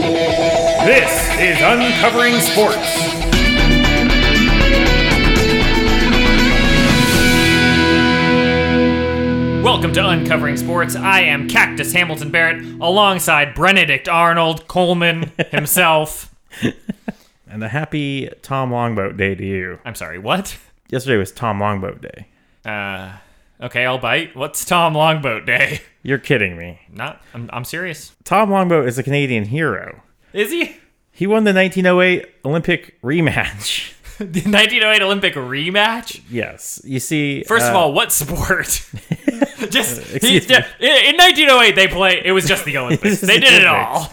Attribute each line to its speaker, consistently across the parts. Speaker 1: This is Uncovering Sports. Welcome to Uncovering Sports. I am Cactus Hamilton Barrett alongside Benedict Arnold Coleman himself.
Speaker 2: And a happy Tom Longboat Day to you.
Speaker 1: I'm sorry, what?
Speaker 2: Yesterday was Tom Longboat Day.
Speaker 1: Uh, okay, I'll bite. What's Tom Longboat Day?
Speaker 2: You're kidding me.
Speaker 1: Not, I'm, I'm serious.
Speaker 2: Tom Longboat is a Canadian hero.
Speaker 1: Is he?
Speaker 2: He won the 1908 Olympic rematch.
Speaker 1: The 1908 Olympic rematch?
Speaker 2: yes. You see.
Speaker 1: First of
Speaker 2: uh,
Speaker 1: all, what sport? just he,
Speaker 2: excuse me.
Speaker 1: in in 1908 they play. It was just the Olympics. they did it all.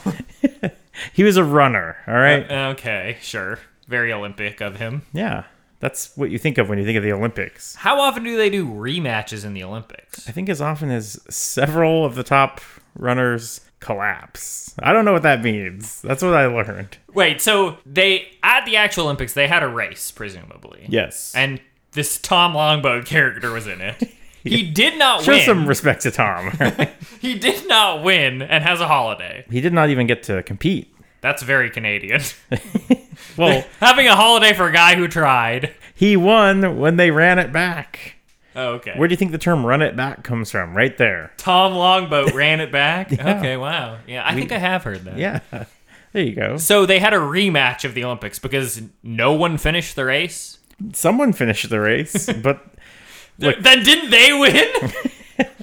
Speaker 2: he was a runner, all
Speaker 1: Uh,
Speaker 2: right?
Speaker 1: okay, sure. Very Olympic of him.
Speaker 2: yeah. That's what you think of when you think of the Olympics.
Speaker 1: How often do they do rematches in the Olympics?
Speaker 2: I think as often as several of the top runners collapse. I don't know what that means. That's what I learned.
Speaker 1: Wait, so they at the actual Olympics they had a race presumably.
Speaker 2: Yes.
Speaker 1: And this Tom Longboat character was in it. He did not
Speaker 2: Show
Speaker 1: win.
Speaker 2: some respect to Tom.
Speaker 1: He did not win and has a holiday.
Speaker 2: he did not even get to compete.
Speaker 1: That's very Canadian.
Speaker 2: Well,
Speaker 1: Having a holiday for a guy who tried.
Speaker 2: He won when they ran it back.
Speaker 1: Oh, okay.
Speaker 2: Where do you think the term run it back comes from? Right there.
Speaker 1: Tom Longboat ran it back. Okay, wow. Yeah, I think I have heard that.
Speaker 2: Yeah. There you go.
Speaker 1: So they had a rematch of the Olympics because no one finished the race.
Speaker 2: Someone finished the race, but Look-
Speaker 1: then didn't they win?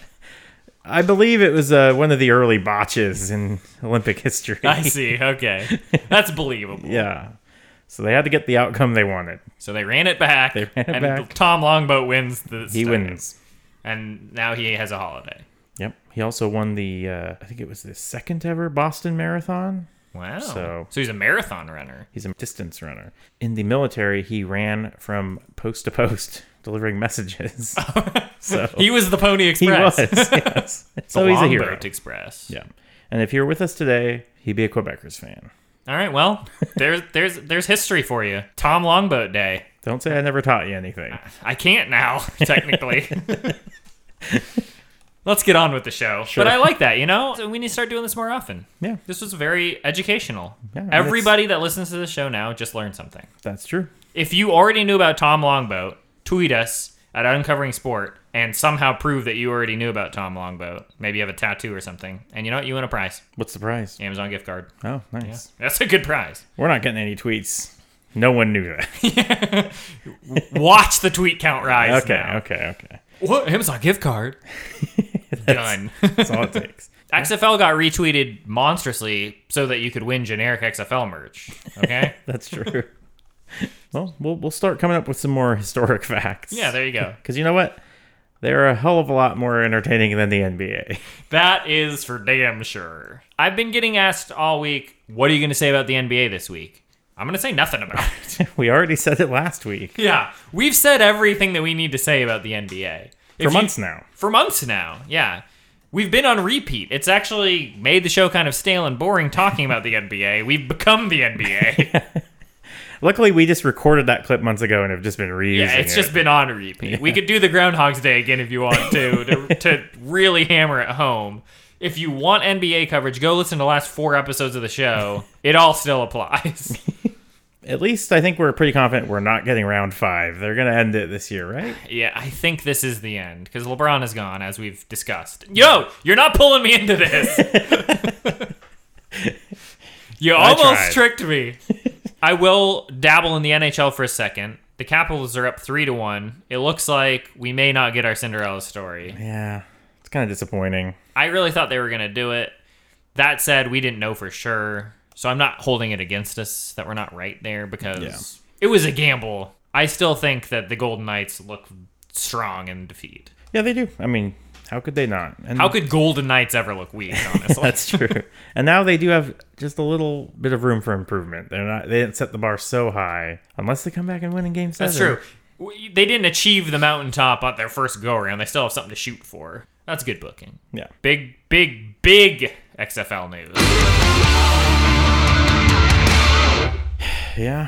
Speaker 2: I believe it was uh, one of the early botches in Olympic history.
Speaker 1: I see. Okay. That's believable.
Speaker 2: Yeah. So they had to get the outcome they wanted.
Speaker 1: So they ran it back.
Speaker 2: They ran it
Speaker 1: and
Speaker 2: back.
Speaker 1: Tom Longboat wins the
Speaker 2: He wins.
Speaker 1: And now he has a holiday.
Speaker 2: Yep. He also won the, uh, I think it was the second ever Boston Marathon.
Speaker 1: Wow.
Speaker 2: So-
Speaker 1: he's a marathon runner.
Speaker 2: He's a distance runner. In the military, he ran from post to post delivering messages. so
Speaker 1: He was the Pony
Speaker 2: Oh. he
Speaker 1: Express.
Speaker 2: was. Yes.
Speaker 1: The
Speaker 2: so he's a
Speaker 1: Longboat
Speaker 2: hero.
Speaker 1: Express.
Speaker 2: Yeah. And if you're with us today, he'd be a Quebecers fan.
Speaker 1: All right. Well, there's there's there's history for you. Tom Longboat Day.
Speaker 2: Don't say I never taught you anything.
Speaker 1: I can't now, technically. Let's get on with the show. But I like that, you know? So we need to start doing this more often.
Speaker 2: Yeah,
Speaker 1: This was very educational.
Speaker 2: Yeah, and it's-
Speaker 1: Everybody that listens to the show now just learned something.
Speaker 2: that's true.
Speaker 1: If you already knew about Tom Longboat, tweet us at Uncovering Sport and somehow prove that you already knew about Tom Longboat. Maybe you have a tattoo or something. And you know what? You win a prize
Speaker 2: What's the prize?
Speaker 1: Amazon gift card.
Speaker 2: Oh, nice.
Speaker 1: That's a good prize.
Speaker 2: We're not getting any tweets. No one knew that.
Speaker 1: Watch the tweet count rise.
Speaker 2: okay,
Speaker 1: now.
Speaker 2: okay, okay.
Speaker 1: What? Amazon gift card? Done.
Speaker 2: That's all it takes.
Speaker 1: XFL got retweeted monstrously so that you could win generic XFL merch. Okay?
Speaker 2: That's true. well, we'll we'll start coming up with some more historic facts.
Speaker 1: yeah, there you go.
Speaker 2: Because you know what? They're a hell of a lot more entertaining than the NBA.
Speaker 1: That is for damn sure. I've been getting asked all week, what are you going to say about the NBA this week? I'm going to say nothing about it.
Speaker 2: we already said it last week.
Speaker 1: yeah. We've said everything that we need to say about the NBA.
Speaker 2: For months now.
Speaker 1: For months now. Yeah. We've been on repeat. It's actually made the show kind of stale and boring talking about the NBA. We've become the NBA.
Speaker 2: Luckily, we just recorded that clip months ago and have just been reusing
Speaker 1: Yeah, it's
Speaker 2: it.
Speaker 1: just been on repeat. We could do the Groundhog's Day again if you want to, to, to really hammer it home. If you want NBA coverage, go listen to the last four episodes of the show. It all still applies.
Speaker 2: At least I think we're pretty confident we're not getting round five. They're going to end it this year, right?
Speaker 1: yeah, I think this is the end because LeBron is gone, as we've discussed. Yo, you're not pulling me into this. you almost
Speaker 2: tried.
Speaker 1: tricked me. I will dabble in the NHL for a second. The Capitals are up three to one. It looks like we may not get our Cinderella story.
Speaker 2: Yeah, it's kind of disappointing.
Speaker 1: I really thought they were going to do it. That said, we didn't know for sure. So I'm not holding it against us that we're not right there because
Speaker 2: Yeah.
Speaker 1: it was a gamble. I still think that the Golden Knights look strong in defeat.
Speaker 2: Yeah, they do. I mean, how could they not? And
Speaker 1: How could Golden Knights ever look weak, honestly?
Speaker 2: that's true. and now they do have just a little bit of room for improvement. They're not. They didn't set the bar so high, unless they come back and win in Game Seven.
Speaker 1: That's true. We- They didn't achieve the mountaintop on their first go around. They still have something to shoot for. That's good booking.
Speaker 2: Yeah.
Speaker 1: Big, big, big XFL news.
Speaker 2: Yeah,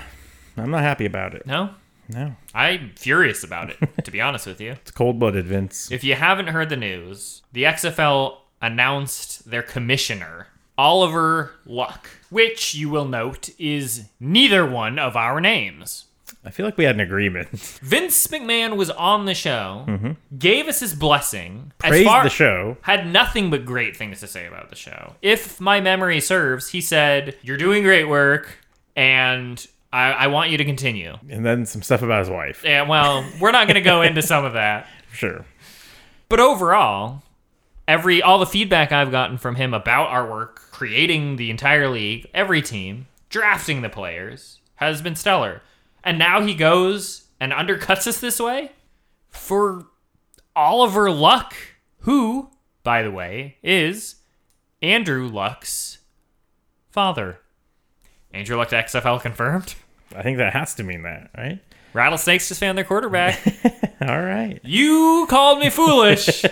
Speaker 2: I'm not happy about it.
Speaker 1: No?
Speaker 2: No,
Speaker 1: I'm furious about it, to be honest with you.
Speaker 2: it's cold blooded, Vince.
Speaker 1: If you haven't heard the news, the XFL announced their commissioner
Speaker 3: Oliver Luck, which you will note is neither one of our names.
Speaker 2: I feel like we had an agreement.
Speaker 3: Vince McMahon was on the show, gave us his blessing.
Speaker 2: Praise Mm-hmm. the show.
Speaker 3: Had nothing but great things to say about the show. If my memory serves, he said, You're doing great work, and I, I want you to continue.
Speaker 2: And then some stuff about his wife.
Speaker 3: Yeah, well, we're not going to go into some of that.
Speaker 2: Sure.
Speaker 3: But overall, every all the feedback I've gotten from him about our work, creating the entire league, every team, drafting the players, has been stellar. And now he goes and undercuts us this way for Oliver Luck, who, by the way, is Andrew Luck's father. Andrew Luck to XFL confirmed.
Speaker 2: I think that has to mean that, right?
Speaker 3: Rattlesnakes just found their quarterback.
Speaker 2: All right.
Speaker 3: You called me foolish,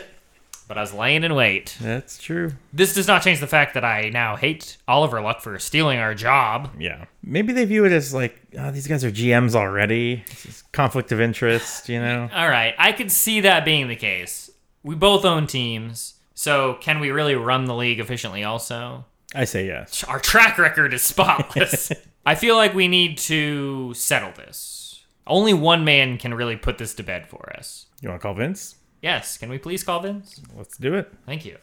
Speaker 3: but I was laying in wait.
Speaker 2: That's true.
Speaker 3: This does not change the fact that I now hate Oliver Luck for stealing our job.
Speaker 2: Yeah. Maybe they view it as like, oh, these guys are GMs already. This is conflict of interest, you know?
Speaker 3: All right, I could see that being the case. We both own teams, so can we really run the league efficiently also?
Speaker 2: I say yes.
Speaker 3: Our track record is spotless. I feel like we need to settle this. Only one man can really put this to bed for us.
Speaker 2: You want to call Vince?
Speaker 3: Yes, can we please call Vince?
Speaker 2: Let's do it.
Speaker 3: Thank you.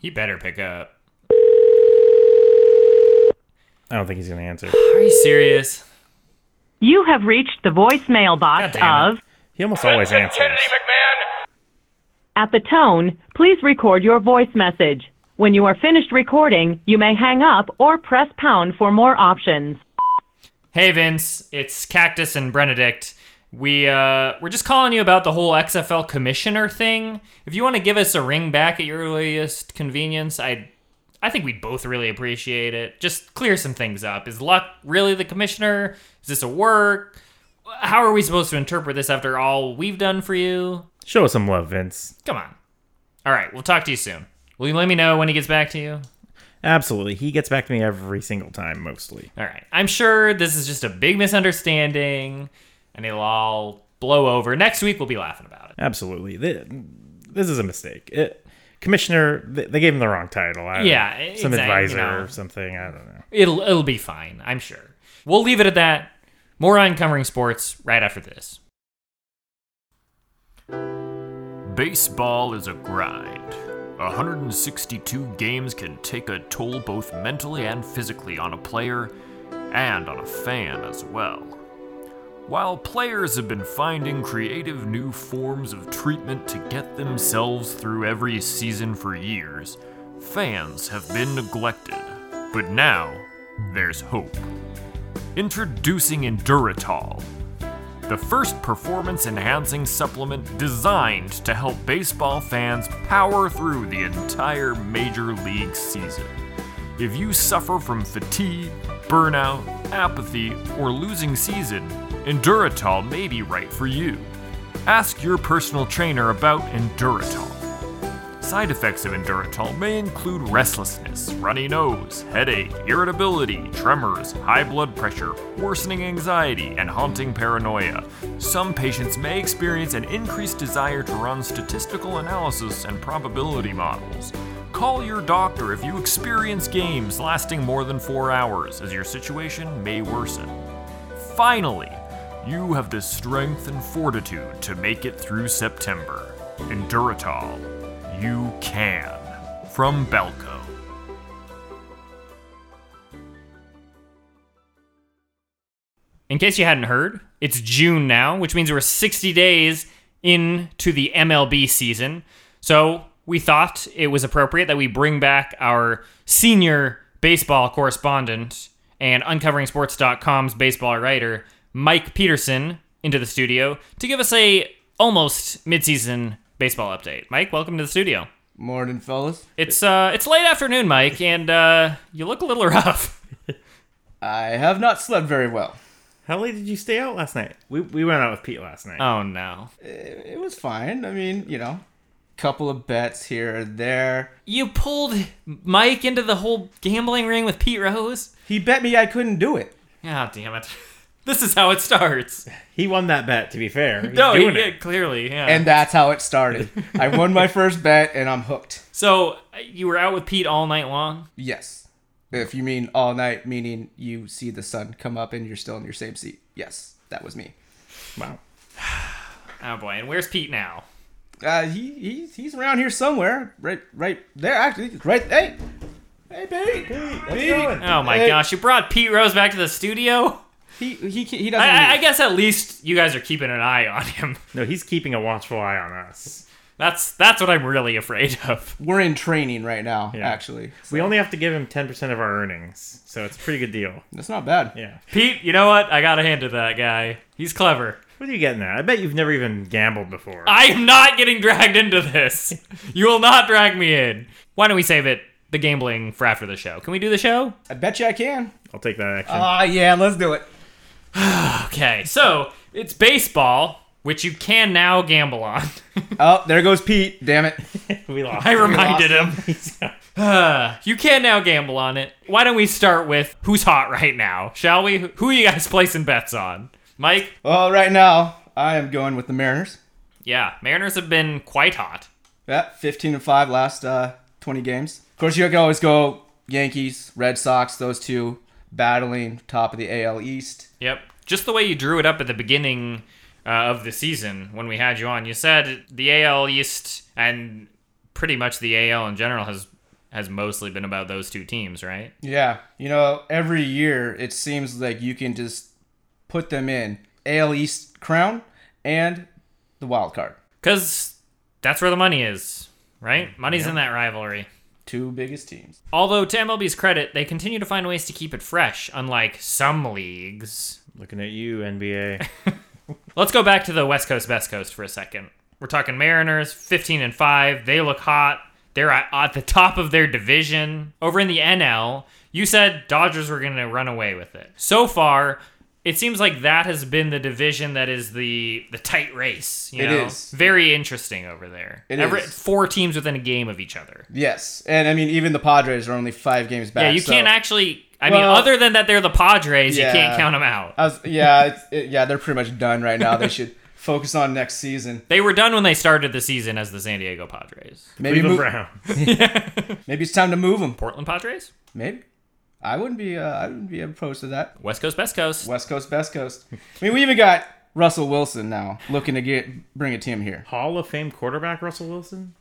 Speaker 3: He better pick up.
Speaker 2: I don't think he's going to answer.
Speaker 3: Are you serious?
Speaker 4: You have reached the voicemail
Speaker 3: God
Speaker 4: box
Speaker 3: damn it.
Speaker 4: of.
Speaker 2: He almost always answers.
Speaker 4: At the tone, please record your voice message. When you are finished recording, you may hang up or press pound for more options.
Speaker 3: Hey Vince, it's Cactus and Benedict. We uh we're just calling you about the whole XFL commissioner thing. If you want to give us a ring back at your earliest convenience, I I think we'd both really appreciate it. Just clear some things up. Is Luck really the commissioner? Is this a work? How are we supposed to interpret this after all we've done for you?
Speaker 2: Show us some love, Vince.
Speaker 3: Come on. All right, we'll talk to you soon. Will you let me know when he gets back to you?
Speaker 2: Absolutely. He gets back to me every single time, mostly.
Speaker 3: All right. I'm sure this is just a big misunderstanding and it'll all blow over. Next week, we'll be laughing about it.
Speaker 2: Absolutely. Th- This is a mistake. It, Commissioner, th- they gave him the wrong title. I don't
Speaker 3: Yeah,
Speaker 2: know. some
Speaker 3: exactly, you
Speaker 2: advisor
Speaker 3: know.
Speaker 2: or something. I don't know.
Speaker 3: It'll, it'll be fine, I'm sure. We'll leave it at that. More on covering sports right after this.
Speaker 1: Baseball is a grind. 162 games can take a toll both mentally and physically on a player and on a fan as well. While players have been finding creative new forms of treatment to get themselves through every season for years, fans have been neglected. But now, there's hope. Introducing Enduritol, the first performance enhancing supplement designed to help baseball fans power through the entire major league season. If you suffer from fatigue, burnout, apathy, or losing season, Enduritol may be right for you. Ask your personal trainer about Enduritol. Side effects of Enduritol may include restlessness, runny nose, headache, irritability, tremors, high blood pressure, worsening anxiety, and haunting paranoia. Some patients may experience an increased desire to run statistical analysis and probability models. Call your doctor if you experience games lasting more than four hours, as your situation may worsen. Finally, you have the strength and fortitude to make it through September. Enduritol, you can. From Belco.
Speaker 3: In case you hadn't heard, it's June now, which means we're 60 days into the MLB season. So we thought it was appropriate that we bring back our senior baseball correspondent and uncovering-sports.com's baseball writer, Mike Peterson, into the studio to give us a almost midseason baseball update. Mike, welcome to the studio.
Speaker 5: Morning, fellas.
Speaker 3: It's uh it's late afternoon, Mike, and uh you look a little rough.
Speaker 5: I have not slept very well.
Speaker 2: How late did you stay out last night? We, we went out with Pete last night.
Speaker 3: Oh no.
Speaker 5: It was fine. I mean, you know, couple of bets here and there.
Speaker 3: You pulled Mike into the whole gambling ring with Pete Rose?
Speaker 5: He bet me I couldn't do it.
Speaker 3: Ah, damn it. This is how it starts.
Speaker 2: He won that bet. To be fair, He's
Speaker 3: No,
Speaker 2: doing
Speaker 3: yeah,
Speaker 2: it.
Speaker 3: clearly, yeah.
Speaker 5: And that's how it started. I won my first bet and I'm hooked.
Speaker 3: so you were out with Pete all night long.
Speaker 5: Yes. If you mean all night, meaning you see the sun come up and you're still in your same seat. Yes, that was me.
Speaker 2: Wow.
Speaker 3: Oh boy, and where's Pete now?
Speaker 5: Uh, he, he he's around here somewhere. Right right there actually. Right hey. Hey Pete. Pete.
Speaker 3: Oh my
Speaker 5: Hey.
Speaker 3: gosh, you brought Pete Rose back to the studio.
Speaker 5: He he he
Speaker 3: I,
Speaker 5: doesn't
Speaker 3: I, I
Speaker 5: leave.
Speaker 3: guess at least you guys are keeping an eye on him.
Speaker 2: No, he's keeping a watchful eye on us.
Speaker 3: That's that's what I'm really afraid of.
Speaker 5: We're in training right now,
Speaker 2: Yeah.
Speaker 5: actually.
Speaker 2: We only have to give him ten percent of our earnings, so it's a pretty good deal.
Speaker 5: That's not bad.
Speaker 2: Yeah.
Speaker 3: Pete, you know what? I gotta hand it to that guy. He's clever.
Speaker 2: What are you getting at? I bet you've never even gambled before.
Speaker 3: I am not getting dragged into this. You will not drag me in. Why don't we save it, the gambling, for after the show? Can we do the show?
Speaker 5: I bet you I can.
Speaker 2: I'll take that action.
Speaker 5: Ah yeah, let's do it.
Speaker 3: Okay, so it's baseball, which you can now gamble on.
Speaker 5: Oh, there goes Pete. Damn it.
Speaker 2: we lost.
Speaker 3: I reminded him.
Speaker 2: He's-
Speaker 3: Uh, you can now gamble on it. Why don't we start with who's hot right now, shall we? Who are you guys placing bets on? Mike?
Speaker 2: Uh,
Speaker 5: Well, right now I am going with the Mariners.
Speaker 3: Yeah, Mariners have been quite hot.
Speaker 5: Yeah, 15 and 5 last uh, 20 games. Of course, you can always go Yankees, Red Sox, those two battling top of the AL East.
Speaker 3: Yep. Just the way you drew it up at the beginning uh, of the season when we had you on, you said the AL East and pretty much the AL in general has has mostly been about those two teams, right?
Speaker 5: Yeah, you know, every year it seems like you can just put them in AL East crown and the wild card.
Speaker 3: Because that's where the money is, right? Money's in that rivalry.
Speaker 5: Two biggest teams.
Speaker 3: Although to MLB's credit, they continue to find ways to keep it fresh, unlike some leagues.
Speaker 2: Looking at you, NBA.
Speaker 3: Let's go back to the West Coast, Best Coast for a second. We're talking Mariners, 15 and 5. They look hot. They're at, at the top of their division. Over in the NL, you said Dodgers were going to run away with it. So far, it seems like that has been the division that is the the tight race. You
Speaker 5: It
Speaker 3: know?
Speaker 5: is.
Speaker 3: Very interesting over there.
Speaker 5: It is.
Speaker 3: Four teams within a game of each other.
Speaker 5: Yes, and I mean, even the Padres are only five games back.
Speaker 3: yeah, you
Speaker 5: so-
Speaker 3: can't actually. I
Speaker 5: Well-
Speaker 3: mean, other than that, they're the Padres. You
Speaker 5: Yeah.
Speaker 3: can't count them out.
Speaker 5: I was, yeah, it's, it, yeah, they're pretty much done right now. They should focus on next season.
Speaker 3: They were done when they started the season as the San Diego Padres.
Speaker 5: Maybe,
Speaker 2: Cleveland
Speaker 5: move,
Speaker 2: Brown.
Speaker 5: maybe it's time to move them.
Speaker 3: Portland Padres?
Speaker 5: Maybe. I wouldn't be. Uh, I wouldn't be opposed to that.
Speaker 3: West Coast, Best Coast.
Speaker 5: West Coast, Best Coast. I mean, we even got Russell Wilson now looking to get bring a team here.
Speaker 2: Hall of Fame quarterback Russell Wilson.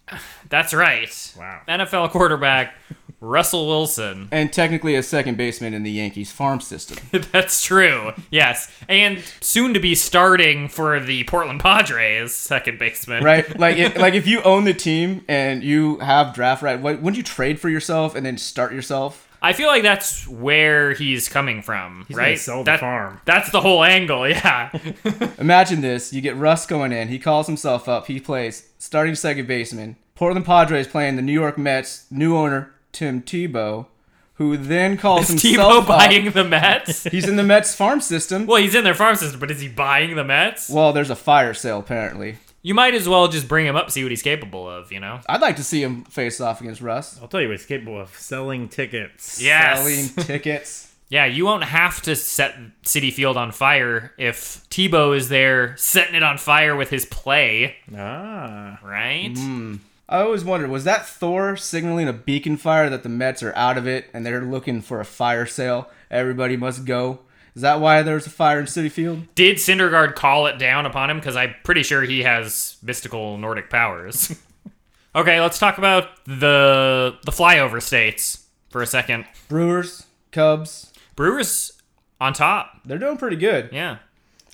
Speaker 3: That's right.
Speaker 2: Wow.
Speaker 3: NFL quarterback Russell Wilson.
Speaker 5: And technically a second baseman in the Yankees farm system.
Speaker 3: That's true. Yes. And soon to be starting for the Portland Padres, second baseman.
Speaker 5: Right? Like it, like if you own the team and you have draft right, why- wouldn't you trade for yourself and then start yourself?
Speaker 3: I feel like that's where he's coming from,
Speaker 2: He's gonna
Speaker 3: right?
Speaker 2: sell the
Speaker 3: That-
Speaker 2: farm.
Speaker 3: That's the whole angle, yeah.
Speaker 5: Imagine this. You get Russ going in, he calls himself up, he plays starting second baseman. Portland Padres playing the New York Mets, new owner Tim Tebow, who then calls
Speaker 3: Is
Speaker 5: himself
Speaker 3: Tebow
Speaker 5: up.
Speaker 3: buying the Mets?
Speaker 5: He's in the Mets farm system.
Speaker 3: well, he's in their farm system, but is he buying the Mets?
Speaker 5: Well, there's a fire sale apparently.
Speaker 3: You might as well just bring him up, see what he's capable of, you know?
Speaker 5: I'd like to see him face off against Russ.
Speaker 2: I'll tell you what he's capable of selling tickets.
Speaker 3: Yes.
Speaker 5: Selling tickets.
Speaker 3: Yeah, you won't have to set City Field on fire if Tebow is there setting it on fire with his play,
Speaker 2: Ah.
Speaker 3: right?
Speaker 5: I always wondered, was that Thor signaling a beacon fire that the Mets are out of it and they're looking for a fire sale? Everybody must go. Is that why there's a fire in City Field?
Speaker 3: Did Syndergaard call it down upon him? Because I'm pretty sure he has mystical Nordic powers. okay, let's talk about the the flyover states for a second.
Speaker 5: Brewers, Cubs,
Speaker 3: Brewers on top.
Speaker 5: they're doing pretty good.
Speaker 3: Yeah.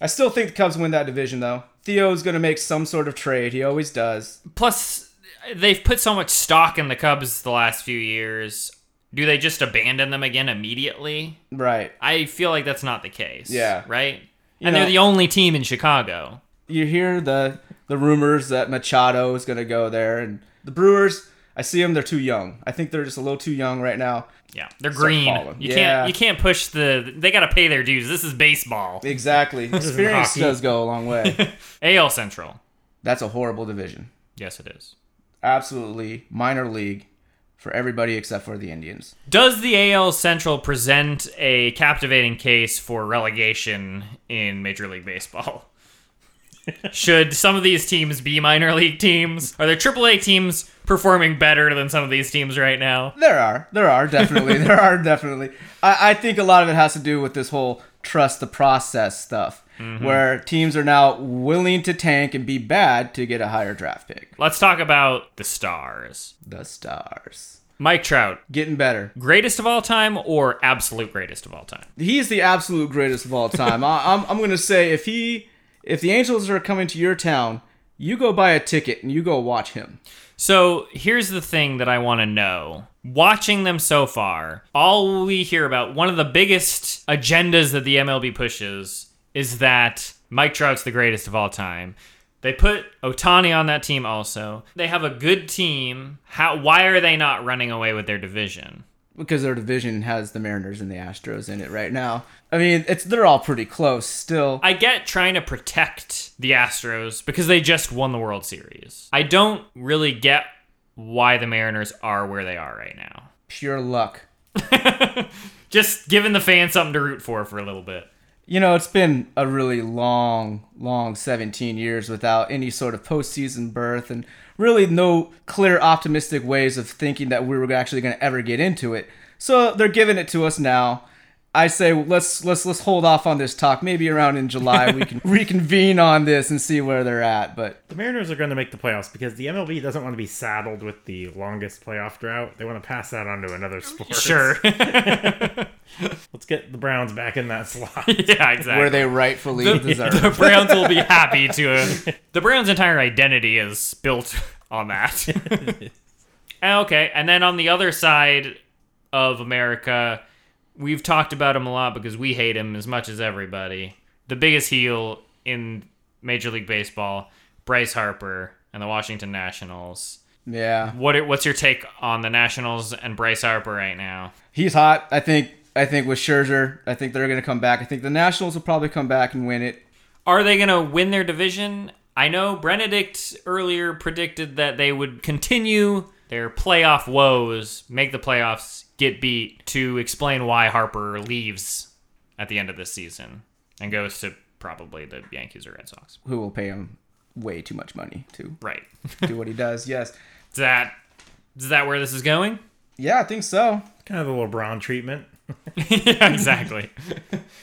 Speaker 5: I still think the Cubs win that division though. Theo's gonna make some sort of trade. He always does.
Speaker 3: Plus, they've put so much stock in the Cubs the last few years. Do they just abandon them again immediately?
Speaker 5: Right.
Speaker 3: I feel like that's not the case.
Speaker 5: Yeah.
Speaker 3: Right?
Speaker 5: You
Speaker 3: and
Speaker 5: know-
Speaker 3: they're the only team in Chicago.
Speaker 5: You hear the the rumors that Machado is gonna go there and the Brewers. I see them. They're too young. I think they're just a little too young right now.
Speaker 3: Yeah. They're green.
Speaker 5: falling.
Speaker 3: You
Speaker 5: Yeah.
Speaker 3: can't you can't push the they gotta pay their dues. This is baseball.
Speaker 5: Exactly. Experience
Speaker 2: hockey.
Speaker 5: does go a long way.
Speaker 3: AL Central.
Speaker 5: That's a horrible division.
Speaker 3: Yes it is.
Speaker 5: Absolutely minor league. for everybody except for the Indians.
Speaker 3: Does the AL Central present a captivating case for relegation in Major League Baseball? Should some of these teams be minor league teams? Are there AAA teams performing better than some of these teams right now?
Speaker 5: There are, there are definitely, there are definitely. I, I think a lot of it has to do with this whole trust the process stuff, where teams are now willing to tank and be bad to get a higher draft pick.
Speaker 3: Let's talk about the stars.
Speaker 5: The Stars
Speaker 3: Mike Trout,
Speaker 5: getting better.
Speaker 3: greatest of all time or absolute greatest of all time?
Speaker 5: he's the absolute greatest of all time. I, I'm, I'm gonna say if he if the Angels are coming to your town, you go buy a ticket and you go watch him.
Speaker 3: So here's the thing that I want to know. Watching them so far, all we hear about, one of the biggest agendas that the MLB pushes is that Mike Trout's the greatest of all time. They put Otani on that team also. They have a good team. How why are they not running away with their division?
Speaker 5: Because their division has the Mariners and the Astros in it right now. I mean, it's they're all pretty close still.
Speaker 3: I get trying to protect the Astros because they just won the World Series. I don't really get why the Mariners are where they are right now.
Speaker 5: Pure luck.
Speaker 3: just giving the fans something to root for for a little bit.
Speaker 5: You know, it's been a really long, long 17 years without any sort of postseason berth and really no clear optimistic ways of thinking that we were actually going to ever get into it. So they're giving it to us now. I say let's let's let's hold off on this talk. Maybe around in July we can reconvene on this and see where they're at. But
Speaker 2: The Mariners are going to make the playoffs because the MLB doesn't want to be saddled with the longest playoff drought. They want to pass that on to another sport.
Speaker 3: Oh, Sure.
Speaker 2: Let's get the Browns back in that slot.
Speaker 3: yeah, exactly.
Speaker 5: where they rightfully deserve.
Speaker 3: the Browns will be happy to. The Browns' entire identity is built on that. Uh, okay, and then on the other side of America, we've talked about him a lot because we hate him as much as everybody. The biggest heel in Major League Baseball, Bryce Harper and the Washington Nationals.
Speaker 5: yeah.
Speaker 3: What are- what's your take on the Nationals and Bryce Harper right now?
Speaker 5: he's hot. I think I think with Scherzer, I think they're going to come back. I think the Nationals will probably come back and win it.
Speaker 3: Are they going to win their division? I know Benedict earlier predicted that they would continue their playoff woes, make the playoffs, get beat to explain why Harper leaves at the end of this season and goes to probably the Yankees or Red Sox.
Speaker 5: Who will pay him way too much money to
Speaker 3: Right. is
Speaker 5: do what he does? Yes.
Speaker 3: that is that where this is going?
Speaker 5: Yeah, I think so.
Speaker 2: kind of the LeBron treatment.
Speaker 3: yeah, exactly.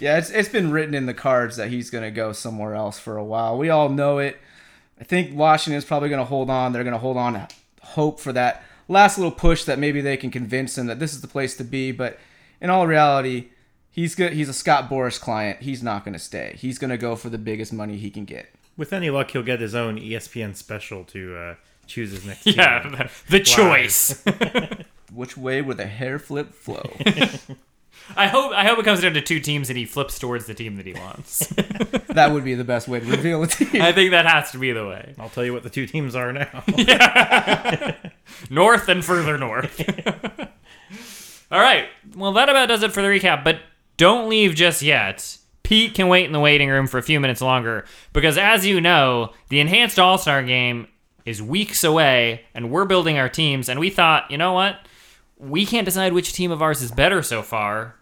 Speaker 5: Yeah, it's it's been written in the cards that he's going to go somewhere else for a while. We all know it. I think Washington's probably going to hold on. They're going to hold on to hope for that last little push that maybe they can convince him that this is the place to be. But in all reality, he's good. He's a Scott Boris client. He's not going to stay. He's going to go for the biggest money he can get.
Speaker 2: With any luck, he'll get his own E ESPN special to uh, choose his next
Speaker 3: Yeah,
Speaker 2: team.
Speaker 3: the, the choice.
Speaker 5: Which way would the hair flip flow?
Speaker 3: I hope I hope it comes down to two teams and he flips towards the team that he wants.
Speaker 5: that would be the best way to reveal a team.
Speaker 3: I think that has to be the way.
Speaker 2: I'll tell you what the two teams are now.
Speaker 3: north and further north. All right. Well, that about does it for the recap, but don't leave just yet. Pete can wait in the waiting room for a few minutes longer because, as you know, the enhanced All Star game is weeks away and we're building our teams. And we thought, you know what? We can't decide which team of ours is better so far.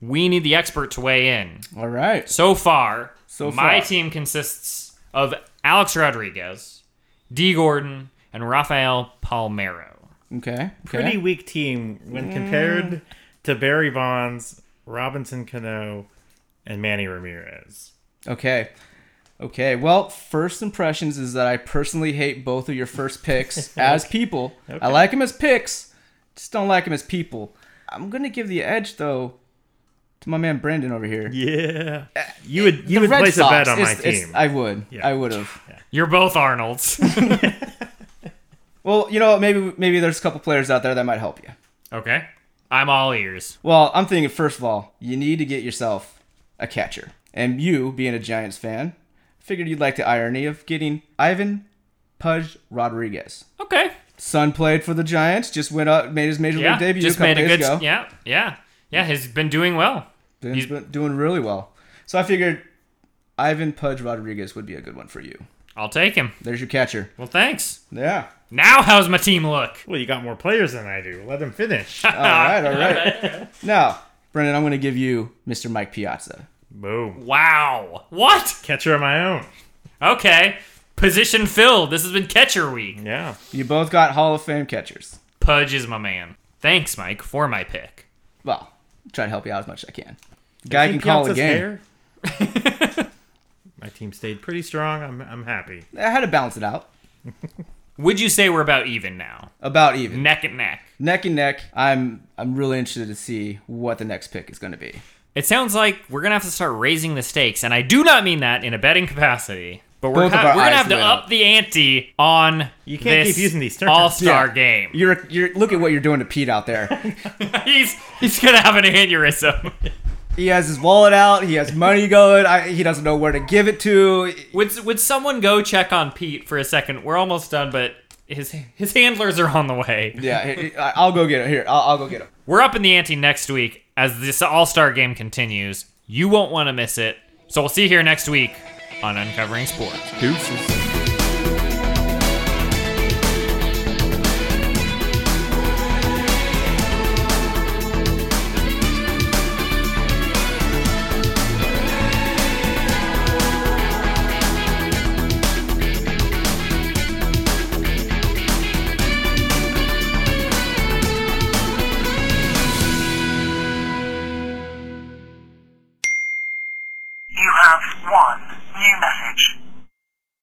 Speaker 3: We need the expert to weigh in.
Speaker 5: All right.
Speaker 3: So far,
Speaker 5: So
Speaker 3: my
Speaker 5: far.
Speaker 3: team consists of Alex Rodriguez, D. Gordon, and Rafael Palmero.
Speaker 5: Okay. okay.
Speaker 2: Pretty weak team
Speaker 5: Mm.
Speaker 2: when compared to Barry Bonds, Robinson Cano, and Manny Ramirez.
Speaker 5: Okay. Okay. Well, first impressions is that I personally hate both of your first picks as people. I like them as picks, just don't like them as people. I'm gonna give the edge though to my man Brandon over here.
Speaker 2: Yeah, you would you
Speaker 5: The
Speaker 2: would
Speaker 5: Red
Speaker 2: place
Speaker 5: Sox,
Speaker 2: a bet on my
Speaker 5: it's- it's-
Speaker 2: team.
Speaker 5: I would.
Speaker 2: Yeah.
Speaker 5: I would have.
Speaker 3: You're both Arnolds.
Speaker 5: Well, you know, maybe maybe there's a couple players out there that might help you.
Speaker 3: okay. I'm all ears.
Speaker 5: Well, I'm thinking first of all, you need to get yourself a catcher. And you, being a Giants fan, figured you'd like the irony of getting Ivan Pudge Rodriguez.
Speaker 3: Okay.
Speaker 5: Son played for the Giants, just went up, made his major
Speaker 3: Yeah.
Speaker 5: league debut.
Speaker 3: Just
Speaker 5: a couple
Speaker 3: made a
Speaker 5: days
Speaker 3: good.
Speaker 5: ago.
Speaker 3: Yeah. Yeah. Yeah. He's been doing well.
Speaker 5: Been-
Speaker 3: he's-
Speaker 5: been doing really well. So I figured Ivan Pudge Rodriguez would be a good one for you.
Speaker 3: I'll take him.
Speaker 5: There's your catcher.
Speaker 3: Well, thanks.
Speaker 5: Yeah.
Speaker 3: Now how's my team look?
Speaker 2: Well, you got more players than I do. Let them finish.
Speaker 5: All right, all right. now, Brendan, I'm going to give you Mr. Mike Piazza.
Speaker 2: Boom.
Speaker 3: Wow. What?
Speaker 2: Catcher of my own.
Speaker 3: Okay. Position filled. This has been catcher week.
Speaker 2: Yeah.
Speaker 5: You both got Hall of Fame catchers.
Speaker 3: Pudge is my man. Thanks, Mike, for my pick.
Speaker 5: Well, try to help you out as much as I can. Guy can
Speaker 2: Team
Speaker 5: call a
Speaker 2: Piazza's
Speaker 5: game.
Speaker 2: hair. my team stayed pretty strong. I'm, I'm happy.
Speaker 5: I had to balance it out.
Speaker 3: Would you say we're about even now?
Speaker 5: About even.
Speaker 3: Neck and neck.
Speaker 5: Neck and neck. I'm I'm really interested to see what the next pick is going to be.
Speaker 3: It sounds like we're gonna have to start raising the stakes, and I do not mean that in a betting capacity. But we're,
Speaker 5: Both of
Speaker 3: gonna-
Speaker 5: our
Speaker 3: we're gonna
Speaker 5: eyes
Speaker 3: have to
Speaker 5: went
Speaker 3: up
Speaker 5: up.
Speaker 3: the ante on
Speaker 2: You can't
Speaker 3: this
Speaker 2: keep using these terms.
Speaker 3: all-star
Speaker 5: Yeah.
Speaker 3: game.
Speaker 5: You're you're look at what you're doing to Pete out there.
Speaker 3: He's he's gonna have an aneurysm.
Speaker 5: he has his wallet out. He has money going. I, he doesn't know where to give it to.
Speaker 3: would would someone go check on Pete for a second? We're almost done, but his his handlers are on the way.
Speaker 5: Yeah, I- I- I'll go get it. Here, I'll, I'll go get it.
Speaker 3: We're up in the ante next week as this All Star game continues. You won't want to miss it. So we'll see you here next week on Uncovering Sports.
Speaker 1: Deuces.
Speaker 6: You have one new message.